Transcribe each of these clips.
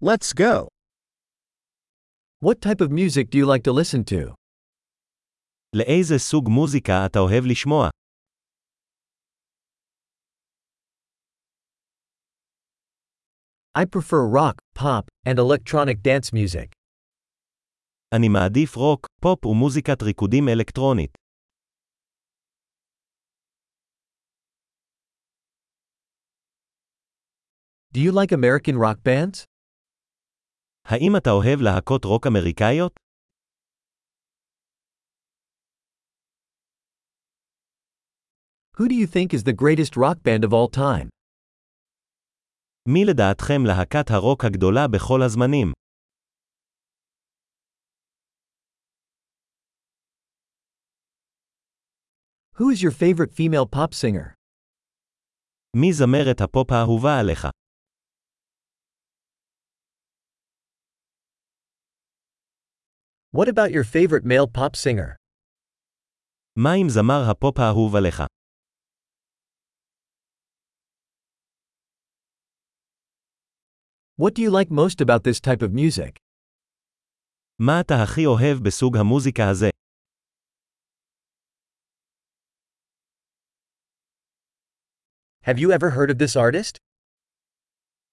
Let's go. What type of music do you like to listen to? לאיזה סוג מוזיקה אתה אוהב לשמוע? I prefer rock, pop, and electronic dance music. אני מעדיף רוק, פופ ומוזיקת ריקודים אלקטרונית. Do you like American rock bands? האם אתה אוהב להקות רוק אמריקאיות? Who do you think is the greatest rock band of all time? מי לדעתכם להקת הרוק הגדולה בכל הזמנים? Who is your favorite female pop singer? מי זמרת הפופ האהובה עליך? What about your favorite male pop singer? מה עם זמר הפופ האהוב עליך? What do you like most about this type of music? מה אתה הכי אוהב בסוג המוזיקה הזה? Have you ever heard of this artist?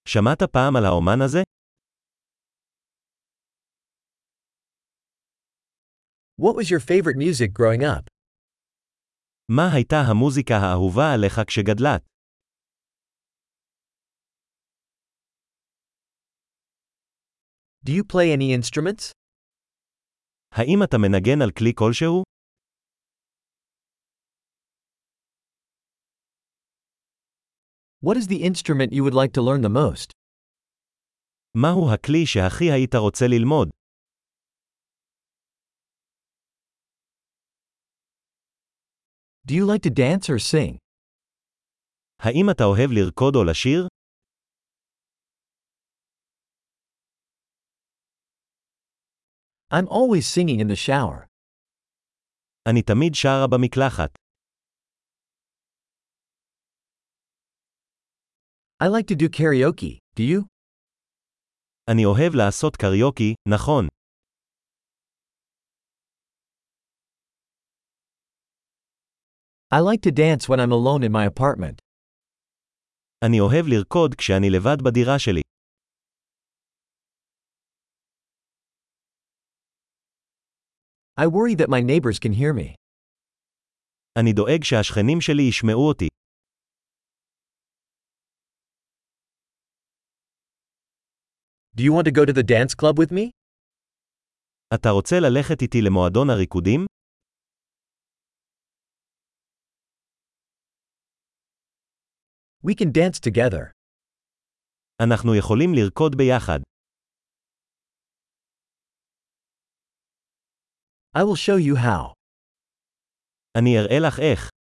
שמעת פעם על האומן הזה? What was your favorite music growing up? מה הייתה המוזיקה האהובה עליך כשגדלת? Do you play any instruments? האם אתה מנגן על כלי כלשהו? What is the instrument you would like to learn the most? מהו הכלי שהכי היית רוצה ללמוד? Do you like to dance or sing? האם אתה אוהב לרקוד או לשיר? I'm always singing in the shower. אני תמיד שרה במקלחת. I like to do karaoke, do you? אני אוהב לעשות קריוקי, נכון. I like to dance when I'm alone in my apartment. אני אוהב לרקוד כשאני לבד בדירה שלי. I worry that my neighbors can hear me. אני דואג שהשכנים שלי ישמעו אותי. Do you want to go to the dance club with me? אתה רוצה ללכת איתי למועדון הריקודים? We can dance together. אנחנו יכולים לרקוד ביחד. I will show you how. אני אראה לך איך.